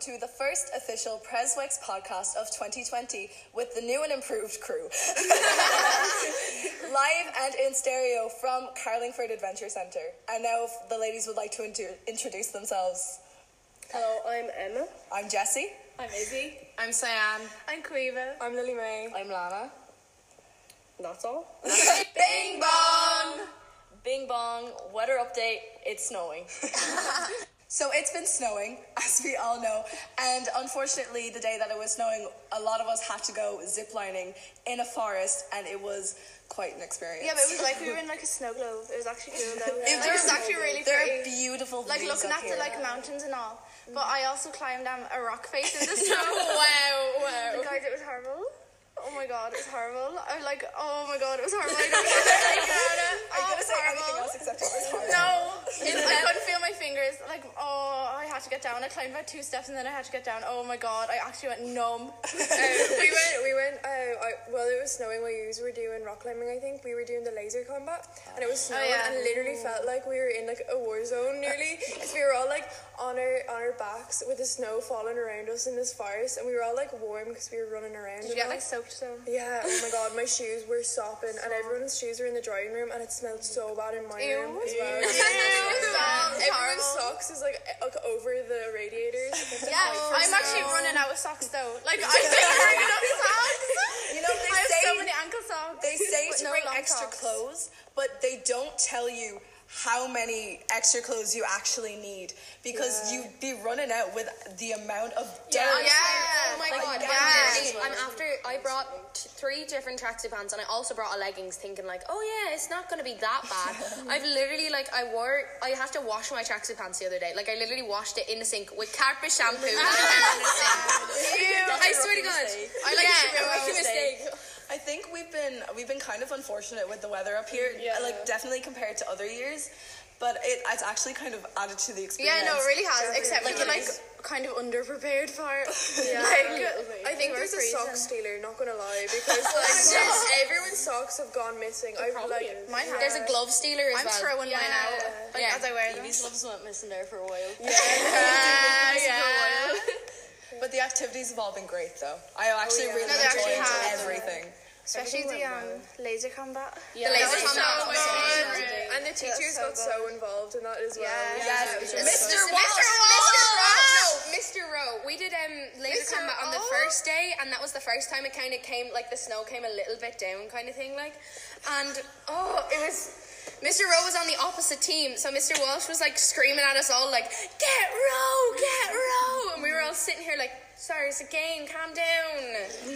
to the first official Preswix podcast of 2020 with the new and improved crew. Live and in stereo from Carlingford Adventure Centre. And now, if the ladies would like to inter- introduce themselves, Hello, I'm Emma. I'm Jessie. I'm Izzy. I'm Cyan. I'm Quiva. I'm Lily May. I'm Lana. That's all. Bing bong! Bing bong, weather update, it's snowing. so it's been snowing, as we all know, and unfortunately, the day that it was snowing, a lot of us had to go ziplining in a forest, and it was quite an experience. Yeah, but it was like we were in like a snow globe. It was actually cool though. It Like, was- it's actually really There are pretty. beautiful Like views looking up at here. the like mountains and all. But I also climbed um, a rock face in the snow. wow, wow. Guys, it was horrible. Oh my god, it was horrible. I was like, oh my god, it was horrible. I don't care about Are it. you Oh, it gonna was say anything horrible. else except it was horrible? No, I couldn't feel my fingers. Like, oh, I had to get down. I climbed about two steps and then I had to get down. Oh my god, I actually went um, numb. we went, we went, um, I, well, it was snowing while you were doing rock climbing, I think. We were doing the laser combat, and it was snowing, Oh, yeah. and literally felt like we were in like a war zone nearly. 'cause we were all like on our on our backs with the snow falling around us in this forest, and we were all like warm because we were running around. Did you and all. get like soaked though? yeah, oh my god, my shoes were sopping, and everyone's shoes were in the drying room, and it smelled so bad in my room as well. Everyone's socks is like o- over the radiators. Yeah, I'm actually running out of socks though. Like I've been running out of socks. You know, they I have say, so many ankle socks. they say but to no bring long extra socks. clothes, but they don't tell you how many extra clothes you actually need because you'd be running out with the amount of dirt. Yeah. Oh my Like, god. yeah. Yeah. I'm after. I brought t- three different tracksuit pants, and I also brought a leggings, thinking like, oh yeah, it's not gonna be that bad. I've literally like I wore. I had to wash my tracksuit pants the other day. Like I literally washed it in the sink with carpet shampoo. and then in the sink. I swear to God. I like yeah, I make a mistake. I think we've been we've been kind of unfortunate with the weather up here, uh, like definitely compared to other years. But it, it's actually kind of added to the experience. Yeah, no, it really has. Except Like, like, we were, it like kind of underprepared for it. Yeah. Like, I think We're there's a freezing. sock stealer, not gonna lie, because like since everyone's socks have gone missing, I've like Mine has. There's a glove stealer I'm as well. throwing mine out. Like Yeah. as I wear them. gloves went missing there for a while. Yeah, yeah. But the activities have all been great, though. I actually really No, they enjoyed actually have. everything. Especially the um, laser combat. The laser combat. and the teachers so got so involved in that as well. Yeah. Yes, Mr. Mr. Walsh. Walsh! Mr. Rowe. No, Mr. Rowe. We did um laser Mr. combat on the Rowe? first day, and that was the first time it kind of came like the snow came a little bit down, kind of thing, like. And oh, it was. Mr. Rowe was on the opposite team, so Mr. Walsh was like screaming at us all, like "Get Rowe, get Rowe," and we were all sitting here like. Sorry, it's a game. Calm down.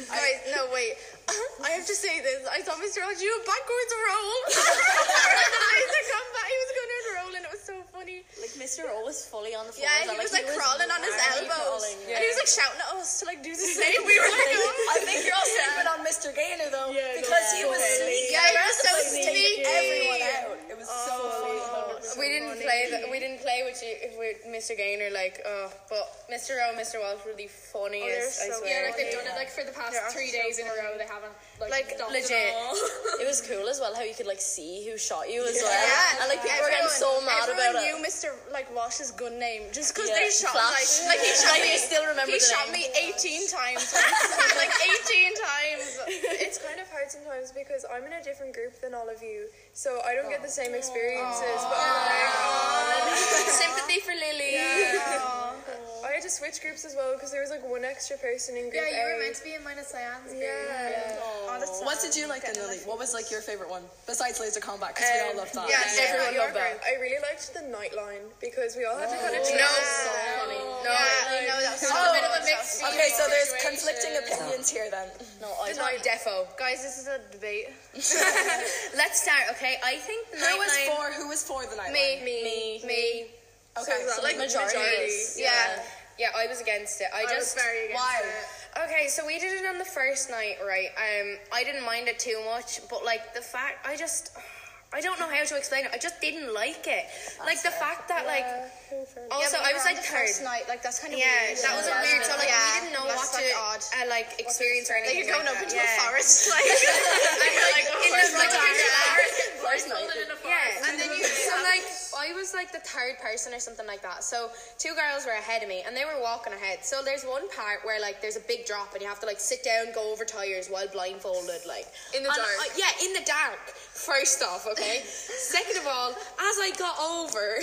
Guys, no, wait. Uh-huh. I have to say this. I saw Mr. Rogers do a backwards roll. It's a combat. He was going to roll, and it was so funny. Like Mr. O was fully on the floor. Yeah, he was like crawling on his literally elbows, crawling. and he was like shouting at us to like do the same. We were like, I think you're all sleeping on Mr. Gaynor though, because he was sneaking yeah, he was so sneaking sneaky. everyone out. It was so funny. we didn't play. The, we didn't play with you, with Mr. Gaynor. Like, oh, but Mr. Rowe, and Mr. Walsh were the Oh, funniest. I Yeah, swear. like they've done it like for the past three days in a row. They haven't like, Like, stopped At legit. all. it was cool as well how you could like see who shot you as well. Yeah, and like people were getting so mad about everyone it. knew Mr. like Walsh's gun name just because Yeah, they shot like Flash. like he shot Like, me. you still remember he the shot name. me 18 times, like, like 18 times. It's kind of hard sometimes because I'm in a different group than all of you, so I don't get the same experiences. But I'm like, Sympathy for Lily. "Aw." I had to switch groups as well because there was like one extra person in group. A. to be in minus Cyan's Yeah. What did you like then, Lily? What was like your favorite one besides laser combat? Because we all loved that. Yeah, Yeah, everyone yeah, loved that. I really liked the nightline because we all had to kind of No, no. I know that was Oh, a bit Oh, of a mixed Okay, so there's conflicting opinions here then. No, I It's not defo. Guys, this is a debate. Let's start. Okay, I think Who was Nightline- for? Who was for the night? Me, me, me. Okay. So, like majority. Yeah. yeah, I was against it. I just very against Why? Okay, so we did it on the first night, right? Um, I didn't mind it too much, but like the fact, I just, I don't know how to explain it. I just didn't like it. like the fact that, like, also I was like third. first night, like that's kind of Yeah, weird. that was a weird. So like, Yeah, we didn't know that's, what to like, odd. uh, like experience or Like anything. you're going up that. into Yeah. a forest, like, and you're like, In "Oh, the middle of the dark." forest. Yeah, and then you so like I was like the third person or something like that. So two girls were ahead of me and they were walking ahead. So there's one part where like there's a big drop and you have to like sit down, go over tires while blindfolded, like In the And dark. I- yeah, in the dark. First off, okay. Second of all, as I got over,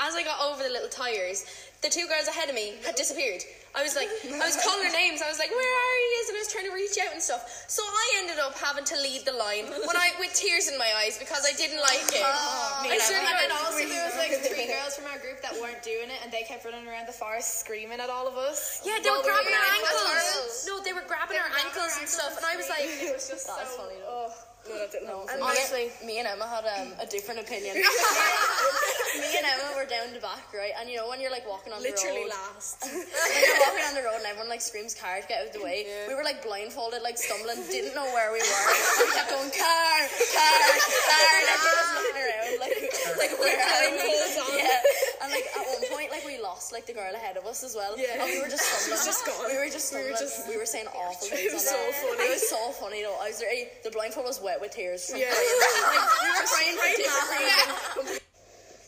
as I got over the little tires, the two girls ahead of me had disappeared. I was like, I was calling their names. I was like, "Where are you?" And I was trying to reach out and stuff. So I ended up having to lead the line when I with tears in my eyes because I didn't like it. Oh, I swear to and God. then also there was like three girls from our group that weren't doing it, and they kept running around the forest screaming at all of us. Yeah, they while were we grabbing our running. ankles. That's No, they were grabbing our ankles and stuff, and I was like, It was just so funny. Honestly, me and Emma had um, a different opinion. me and Emma were down the back, right? And you know when you're like walking on literally the road, last. when you're walking on the road and everyone like screams car to get out of the way. We were like blindfolded, like stumbling, didn't know where we were. we kept going car, car, car, and everyone was looking around like like where are we? Yeah. And like at one point like we lost like the girl ahead of us as well. Yeah. And we were just stumbling. We were just stumbling. We were, saying awful things. It was so funny. It was so funny though. I was there, the blindfold was wet with tears from yeah. like, we were crying for different reasons.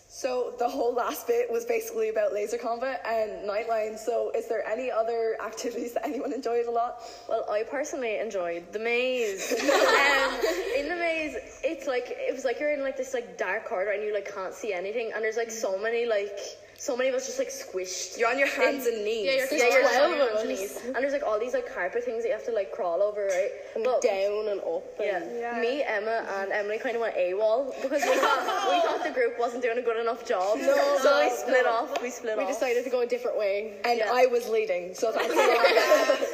So the whole last bit was basically about laser combat and nightline. So is there any other activities that anyone enjoyed a lot? Well, I personally enjoyed the maze. um, in the maze, it's like it was like you're in like this like dark corridor and you like can't see anything, and there's like so Mm. many like so many of us just like squished. You're on your hands and knees. Yeah, you're, yeah, you're just on your knees. And there's like all these like carpet things that you have to like crawl over, right? But- Down and up. yeah. Me, Emma, and Emily kind of went AWOL because we thought, we thought the group wasn't doing a good enough job. so we split off. We split off. decided to go a different way. and yeah. I was leading, so that's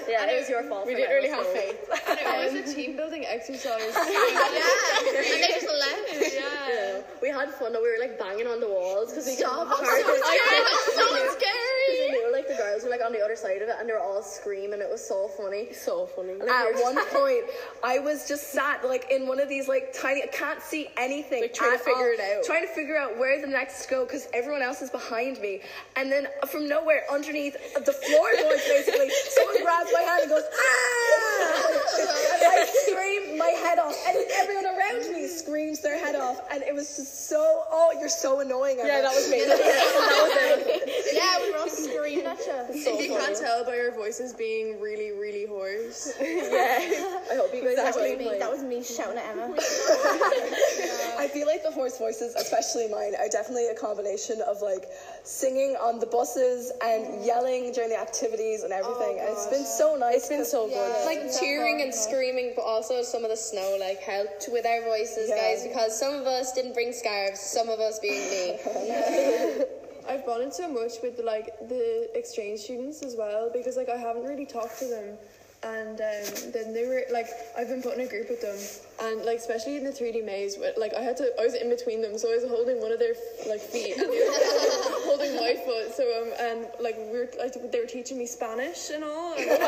yeah, and it was your fault. for letting us go. faith. It was a team building exercise. And they just left. Yeah. We had fun though. We were like banging on the walls because we Stop. didn't have a carpet. so Because scary. we knew like the girls were like on the other side of it and they were all screaming. It was so funny. So funny. And, like, we At were just- one point, I was just sat like in one of these like tiny. I can't see anything. Like, trying to at figure all, it out. Trying to figure out where the next to go because everyone else is behind me. And then uh, from nowhere, underneath uh, the floorboards, basically, someone grabs my hand and goes ah! and I screamed my head off, and everyone around me screams their head off, and it was just so. Oh, you're so annoying. Emma. Yeah, that was me. Yeah, we were all screaming at you. So you funny. can't tell by our voices being really, really hoarse. I hope you guys actually played. was me shouting at Emma. I feel like the horse voices, especially mine, are definitely a combination of like singing on the buses and yelling during the activities and everything. and it's been so nice. Oh, It's been so good. like cheering and screaming, but also some of the snow like helped with our voices, Yeah. guys, because some of us didn't bring scarves, some of us being me. I've bonded so much with like the exchange students as well because like I haven't really talked to them, and um, then they were like I've been put in a group with them, and like especially in the three D maze, where, like I had to I was in between them, so I was holding one of their like feet and they were holding my foot. So um and like we were like they were teaching me Spanish and all. And,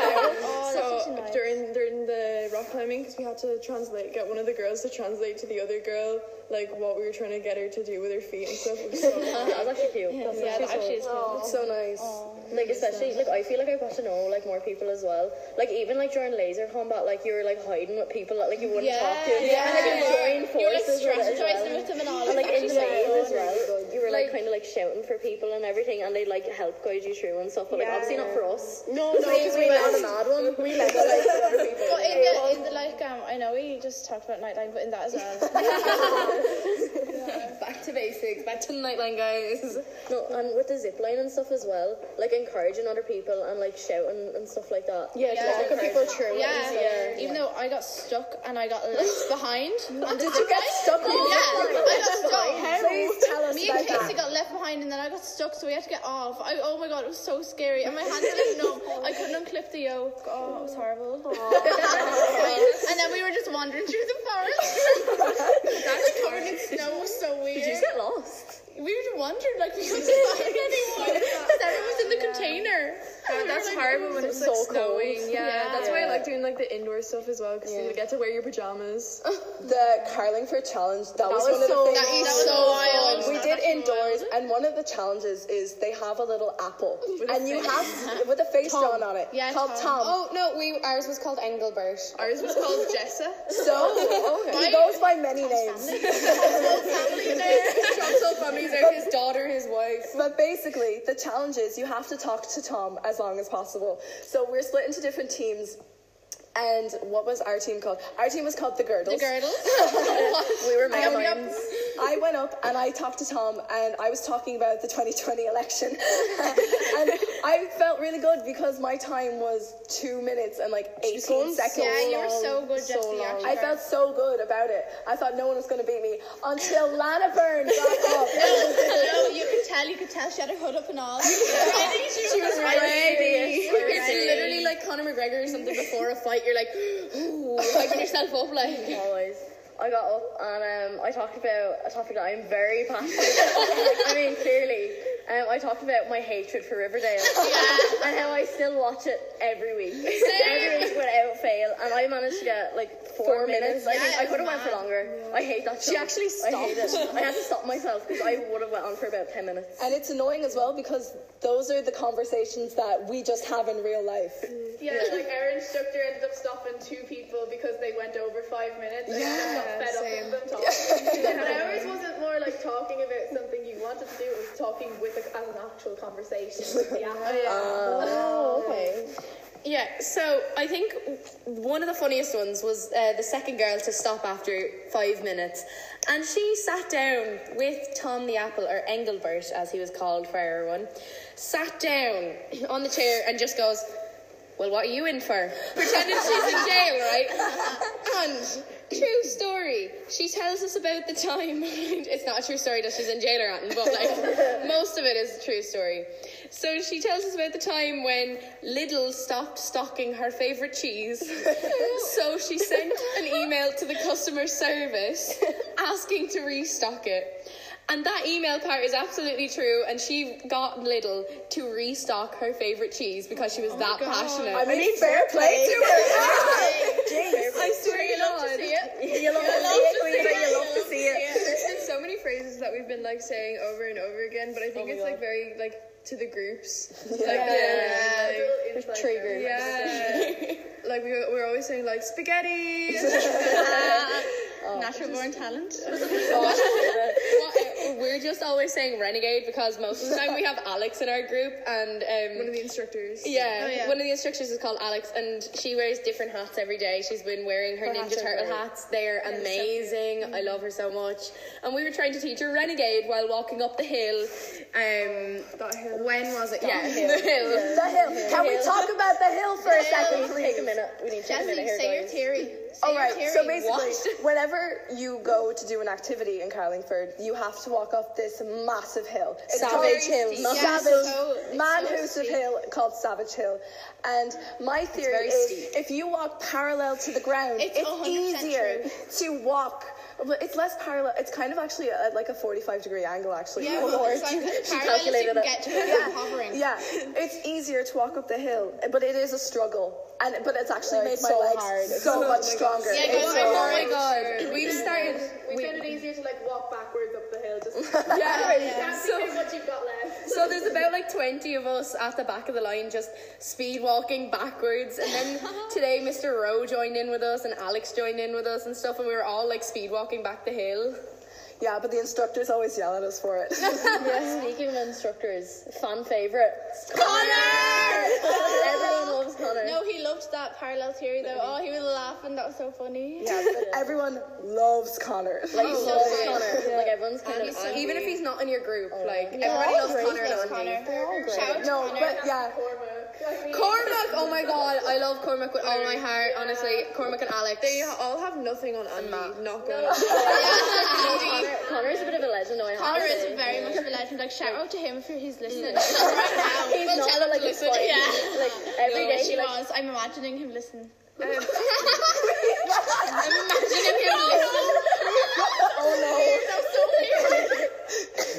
so during during the rock climbing, because we had to translate, get one of the girls to translate to the other girl like what we were trying to get her to do with her feet and stuff. It was so that was actually cute. That's actually so- so nice. Like especially like I feel like I got to know like more people as well. Like even like during laser combat, like you were like hiding with people that like you wouldn't talk to. Yeah. And like you joined forces with it as well. them and all. And like in the maze as well, you were like, kind of like shouting for people and everything, and they like help guide you through and stuff. But like obviously not for us. No, no, we, we went on an odd one. We left like for other people. But in the, in the like, um, I know we just talked about Nightline, but in that as well. Back to basics, back to the nightline, guys. No, and with the zip line and stuff as well, like encouraging other people and like shouting and stuff like that. Yeah, just talking people through. yeah. Even though I got stuck and I got left behind. on the Did you get zipline. stuck? Yeah, I got stuck. Please tell us Me about and that. Casey got left behind, and then I got stuck, so we had to get off. I, oh my god, it was so scary, and my hands were like numb. I couldn't unclip the yoke. Oh, it was horrible. and then we were just wandering through the forest. That's covered in snow. It was so weird. Did you just get lost? We were just wondering, like, we couldn't find anyone. Because everyone was in the container. And we that's were like, horrible when it's like snowing. Yeah, Yeah. that's why I like doing like the indoor stuff as well because you get to wear your pajamas. The Carlingford challenge, that, was, one of the things. That is so wild. We did indoors, and one of the challenges is they have a little apple, and you have with a face drawn on it. Yeah, called Tom. Tom. Oh no, we ours was called Engelbert. Ours was called Jessa. So he goes by by many names. his daughter, his wife. But basically, the challenge is you have to talk to Tom as long as possible. So we're split into different teams. And what was our team called? Our team was called the Girdles. The Girdles. we were mad lions. I went up and I talked to Tom, and I was talking about the 2020 election, and I felt really good because my time was two minutes and like 18 seconds. Yeah, you were so good, So Jesse, long. actually. I felt so good about it. I thought no one was going to beat me until Lana Byrne got up. Hello, you could tell, you could tell she had her hood up and all. She was ready. It's literally like Conor McGregor or something before a fight. You're like, ooh, hyping yourself up. Like, Always. I got up and um, I talked about a topic that I'm very passionate about. I mean, clearly. Um, I talked about my hatred for Riverdale and how I still watch it every week. Every week without fail. And I managed to get like four, Four minutes. minutes. I think I could have went for longer. I hate that show. She actually I hate it. I had to stop myself because I would have went on for about 10 minutes. And it's annoying as well because those are the conversations that we just have in real life. Yeah, like our instructor ended up stopping two people because they went over five minutes. And yeah, got fed up with them talking. but ours wasn't more like talking about something you wanted to do. It was talking with a, as an actual conversation. With the yeah. So I think one of the funniest ones was uh, the second girl to stop after five minutes, and she sat down with Tom the Apple or Engelbert as he was called for everyone, sat down on the chair and just goes. Well, what are you in for? Pretending she's in jail, right? And true story, she tells us about the time. it's not a true story that she's in jail or anything, but like most of it is a true story. So she tells us about the time when Lidl stopped stocking her favorite cheese. so she sent an email to the customer service asking to restock it. And that email part is absolutely true, and she got Lidl to restock her favorite cheese because she was that passionate. I mean, fair play to her. Jeez. I swear you love to see it. You love to see it, Queenie, you love to see it. There's been so many phrases that we've been like saying over and over again, but I think it's like very like to the groups. Yeah. Trigger. Yeah. like we, we're always saying like spaghetti. Natural born talent. Well, We're just always saying renegade because most of the time we have Alex in our group and um, One of the instructors. Yeah, Oh, yeah. one of the instructors is called Alex, and she wears different hats every day. She's been wearing her, Ninja Turtle hats. They're amazing. I love her so much. And we were trying to teach her Renegade while walking up the hill. Um, That hill. when was it? yeah, the hill. The hill. Can we talk about the hill for a second, please? Take a minute. We need to take a Jesse, minute here, say your guys. theory. Say All your right. theory. So basically, whenever you go to do an activity in Carlingford, you have to walk up this massive hill. It's Savage called- Hill. Yeah, it's Savage so- it's Manhoosup Hill called Savage Hill. And my theory very is, steep. if you walk parallel to the ground, It's it's, 100% easier to walk. But it's less parallel. It's kind of actually a, like a 45 degree angle, actually. yeah, Or- well, it's like she parallel as you calculated can it. get to it without hovering. Yeah, it's easier to walk up the hill, but it is a struggle. And but it's actually made my legs so much stronger. Yeah, It's go- so oh hard. my god. We've started. We, we- found it easier to like walk backwards up the hill. Just Yeah. can't So- figure what you've got left. So there's about like 20 of us at the back of the line just speed walking backwards. And then today Mr. Rowe joined in with us and Alex joined in with us and stuff. And we were all like speed walking back the hill. Yeah, but the instructors always yell at us for it. Speaking of instructors, fan favorite. Connor! Everyone loves Connor. No, he loved that parallel theory though. Oh, he was laughing. That was so funny. yeah, but everyone loves Connor. Like, so loves Connor. Like, everyone's kind of. on- Even if he's not in your group, Oh, like all everybody loves great, Connor and loves Andy. Connor. no, but yeah, Cormac, oh my god, I love Cormac with all my heart, honestly. Cormac and Alex. They all have nothing on Andy. Not good. Connor, Connor is a bit of a legend, though. I have Connor to is say. very much of a legend. Like shout out to him if he's listening. He's not like a spy. Yeah. Like every day She he like was. I'm imagining him listening.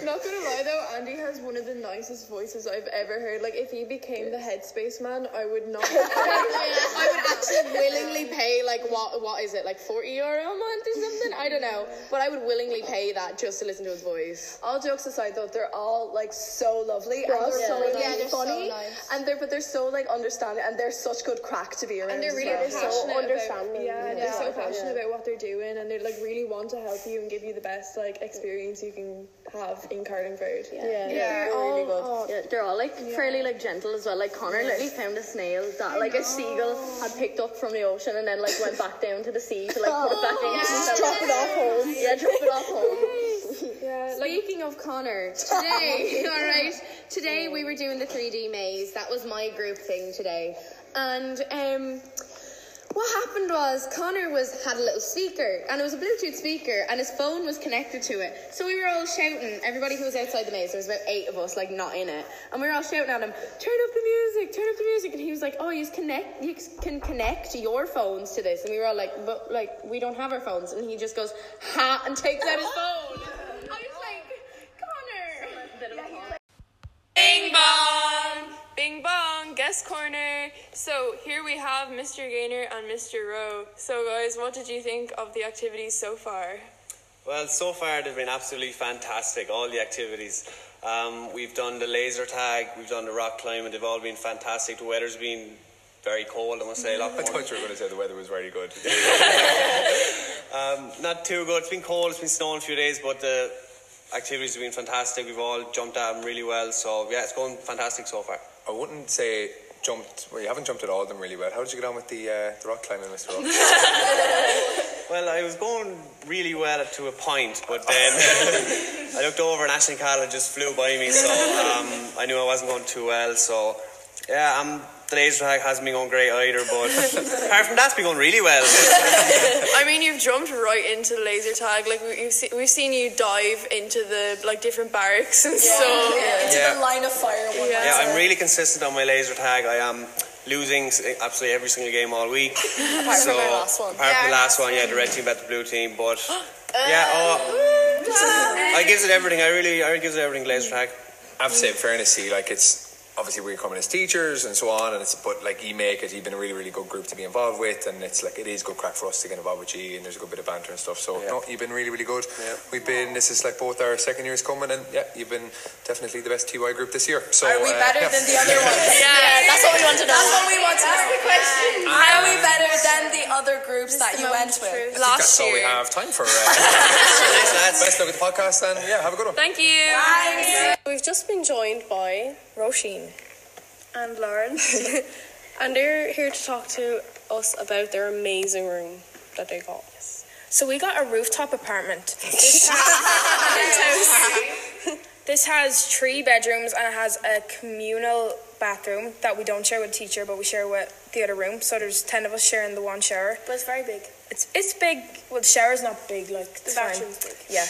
Not gonna lie though, Andy has one of the nicest voices I've ever heard. Like if he became the headspace man, I would not. I would actually willingly pay like what what is it like forty euro a month or something? I I don't know, but I would willingly pay that just to listen to his voice. All jokes aside, though, they're all like so lovely and they're so Yeah. really Yeah, they're so funny, nice. and they're but they're so like understanding, and they're such good crack to be around. they're as really well. passionate so about- understanding. Yeah, and they're so passionate about what they're doing, and they like really want to help you and give you the best like experience you can have in Carlingford. Yeah, they're really good. Yeah, they're all like fairly like gentle as well. Like Connor literally found a snail that like a seagull had picked up from the ocean and then like went back down to the sea to like Oh, put it back in. Just drop it off home. Yeah, drop it off home. Speaking of Connor, today, all right. Today we were doing the 3D maze. That was my group thing today, and um, what happened was Connor was had a little speaker, and it was a Bluetooth speaker, and his phone was connected to it. So we were all shouting. Everybody who was outside the maze, there was about eight of us, like not in it, and we were all shouting at him, "Turn up the music! Turn up the music!" And he was like, "Oh, you connect. You can connect your phones to this." And we were all like, "But like we don't have our phones," and he just goes, "Ha!" and takes out his phone. I was like, Connor. Bing bong! Bing bong, guest corner. So here we have Mr. Gaynor and Mr. Rowe. So guys, what did you think of the activities so far? Well, so far they've been absolutely fantastic. All the activities. Um, we've done the laser tag, we've done the rock climbing. They've all been fantastic. The weather's been very cold. I must say a lot. I More. thought you were going to say the weather was very good. Um, not too good. It's been cold. It's been snowing a few days, but the activities have been fantastic. We've all jumped at them really well. So yeah, it's going fantastic so far. I wouldn't say jumped. Well, you haven't jumped at all of them really well. How did you get on with the, uh, the rock climbing, Mr. Rock? Well, I was going really well to a point, but then I looked over and Ashley Carl had just flew by me, so um, I knew I wasn't going too well. So, yeah, um, the laser tag hasn't been going great either, but apart from that, it's been going really well. I mean, you've jumped right into the laser tag. Like we- you've se- we've seen you dive into the like different barracks and stuff. Into Yeah. the line of fire one Yeah. Yeah, I'm really consistent on my laser tag. I am losing s- absolutely every single game all week. Apart so, from our last one. Apart from the last one, yeah, the red team bet the blue team, but yeah, oh, I gives it everything. I really, I really gives it everything. Laser tag. I have to say, in fairness, he like it's obviously we're coming as teachers and so on, and it's but like you make it. You've been a really, really good group to be involved with, and it's like it is good crack for us to get involved with you, and there's a good bit of banter and stuff. So no, you've been really, really good. Yeah. We've been this is like both our second years coming, and yeah, you've been definitely the best TY group this year. So Are we uh, better yeah. than the other ones? Yeah, that's what we want to know. That's what we want to know. the question. Are we better than the other groups that you went with? I think that's all we have time for. Uh, best look at the podcast, and yeah, have a good one. Thank you. We've just been joined by Roisin. And Lauren. And they're here to talk to us about their amazing room that they got. So we got a rooftop apartment. This has- this has three bedrooms and it has a communal bathroom that we don't share with teacher, but we share with the other room. So there's ten of us sharing the one shower. But it's very big. It's it's big. Well, the shower's not big. Like the bathroom's big. Yeah.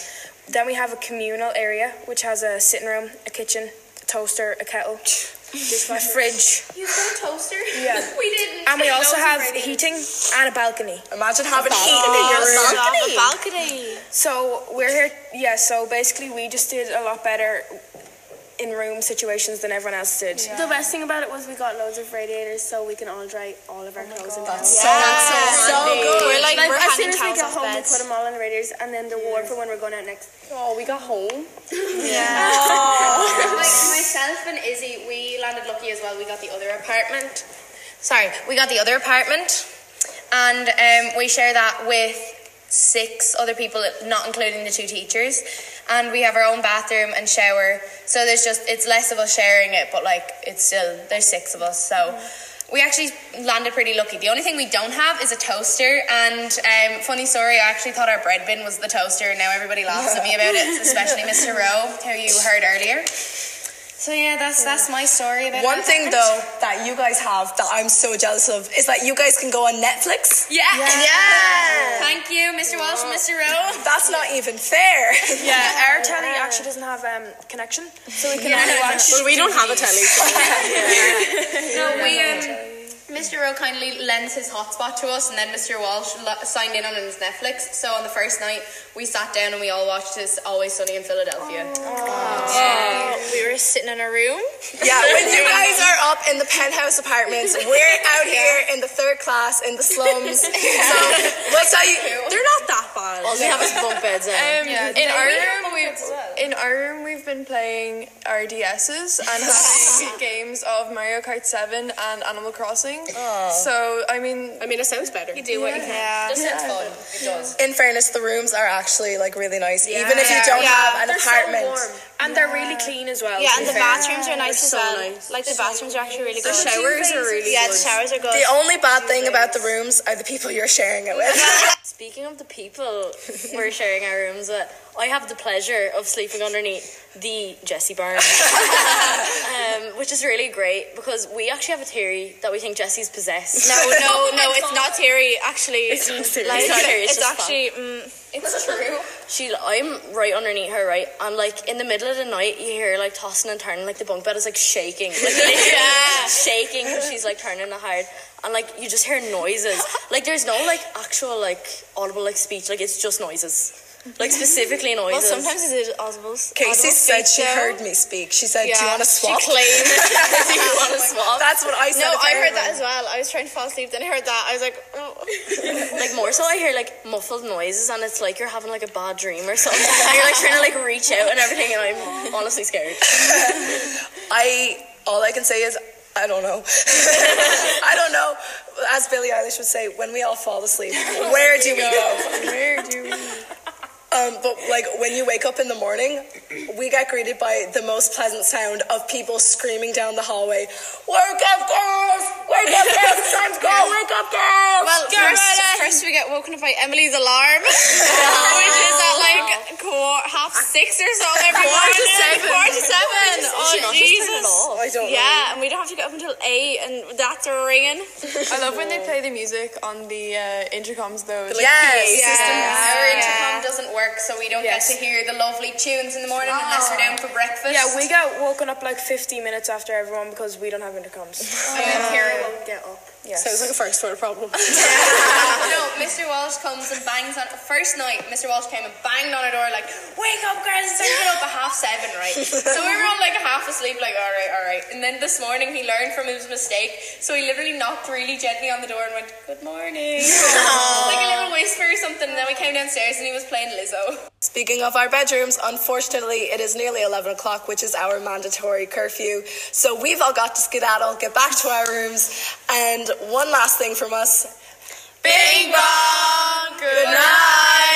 Then we have a communal area which has a sitting room, a kitchen, a toaster, a kettle, a fridge, You got a toaster? Yeah. we didn't. and we also have heating and a balcony. Imagine having heat in your room. Balcony. balcony. So we're here, yeah. So basically, we just did a lot better in room situations than everyone else did. The best thing about it was we got loads of radiators, so we can all dry all of our clothes in house. So, so, good. We're like, we're As soon hanging as we towels get off home, we put beds. them all in the radiators, and then they're warm for when we're going out next. Oh, we got home. My, myself and Izzy, we landed lucky as well. We got the other apartment. Sorry, we got the other apartment, and um, we share that with six other people, not including the two teachers. And we have our own bathroom and shower. So there's just it's less of us sharing it, but like it's still there's six of us. So. We actually landed pretty lucky. The only thing we don't have is a toaster. And um, funny story, I actually thought our bread bin was the toaster, and now everybody laughs at me about it, especially Mr. Rowe, who you heard earlier. So yeah, that's that's my story about One it. thing though that you guys have that I'm so jealous of is that you guys can go on Netflix. Yeah. Thank you, Mr. Walsh and Mr. Rowe. That's not even fair. Yeah, our telly actually doesn't have um, connection, so we can only watch. we don't have a telly. no, we um, Mr. Rowe kindly lends his hotspot to us, and then Mr. Walsh lo- signed in on his Netflix. So on the first night, we sat down and we all watched this Always Sunny in Philadelphia. Yeah. We were sitting in a room. Yeah, when you guys are up in the penthouse apartments, we're out here in the third class in the slums. So we'll tell you, they're not that bad. All they have is bunk beds in. Um, in our room, we've in our room we've been playing RDSs and having games of Mario Kart Seven and Animal Crossing. Oh. So I mean, I mean, it sounds better. You do what you can. Just sounds fun. It does. In fairness, the rooms are actually like really nice, even if you Yeah. don't Yeah. have an They're so apartment. warm. and they're really clean as well. Yeah, to and be the fair. bathrooms are nice as They're so well. nice. Like the bathrooms are actually really good. Yeah, Yeah, the showers are good. The only bad thing about the rooms are the people you're sharing it with. Speaking of the people we're sharing our rooms with, I have the pleasure of sleeping underneath the Jesse Barnes, um, which is really great because we actually have a theory that we think Jesse's possessed. No, no, no, it's not theory. Actually, It's not theory. Like, It's not theory, it's it's just actually. Mm, It's true. She, I'm right underneath her, right, and like in the middle of the night, you hear like tossing and turning, like the bunk bed is like shaking, like literally shaking because she's like turning it hard, and like you just hear noises. Like there's no like actual like audible like speech, like it's just noises, like specifically well, noises. sometimes it is audibles. Casey said she audible speech, though. heard me speak. She said, "Do you Yeah, want to she swap?" claimed- Do you Oh want to swap? That's what I said. No, Oh, I heard apparently. that as well. I was trying to fall asleep, then I heard that. I was like, oh. like more so I hear like muffled noises and it's like you're having like a bad dream or something and you're like trying to like reach out and everything and I'm honestly scared. I all I can say is I don't know. I don't know. As Billie Eilish would say, when we all fall asleep, where do we go? where do we? Um, but like when you wake up in the morning, we get greeted by the most pleasant sound of people screaming down the hallway. Wake up, girls! Wake up, girls! It's Time to go! Wake up, girls! Well, first, first we get woken up by Emily's alarm, which is at like quar- half six or so every Quarter morning. to seven. Quarter to seven. Is she Oh, not just Jesus. turning it off? I don't know. Yeah, and we don't have to get up until eight, and that's ringing. I love when they play the music on the uh, intercoms though. It's Yes. like- Our intercom doesn't work, so we don't get to hear the lovely tunes in the morning unless we're down for breakfast. Yeah, we got woken up like 15 minutes after everyone because we don't have intercoms. And then Kira will Get up. Yes. Sounds like a first world problem. no, Mr. Walsh comes and bangs on. First night, Mr. Walsh came and banged on our door like, "Wake up, girls! It's time to get up at half seven, right?" So we were all like half asleep, like, "All right, all right." And then this morning, he learned from his mistake, so he literally knocked really gently on the door and went, "Good morning," like a little whisper or something. And then we came downstairs and he was playing Lizzo. Speaking of our bedrooms, unfortunately, it is nearly 11 o'clock, which is our mandatory curfew. So we've all got to skedaddle, get back to our rooms. And one last thing from us Bing bong. Good night.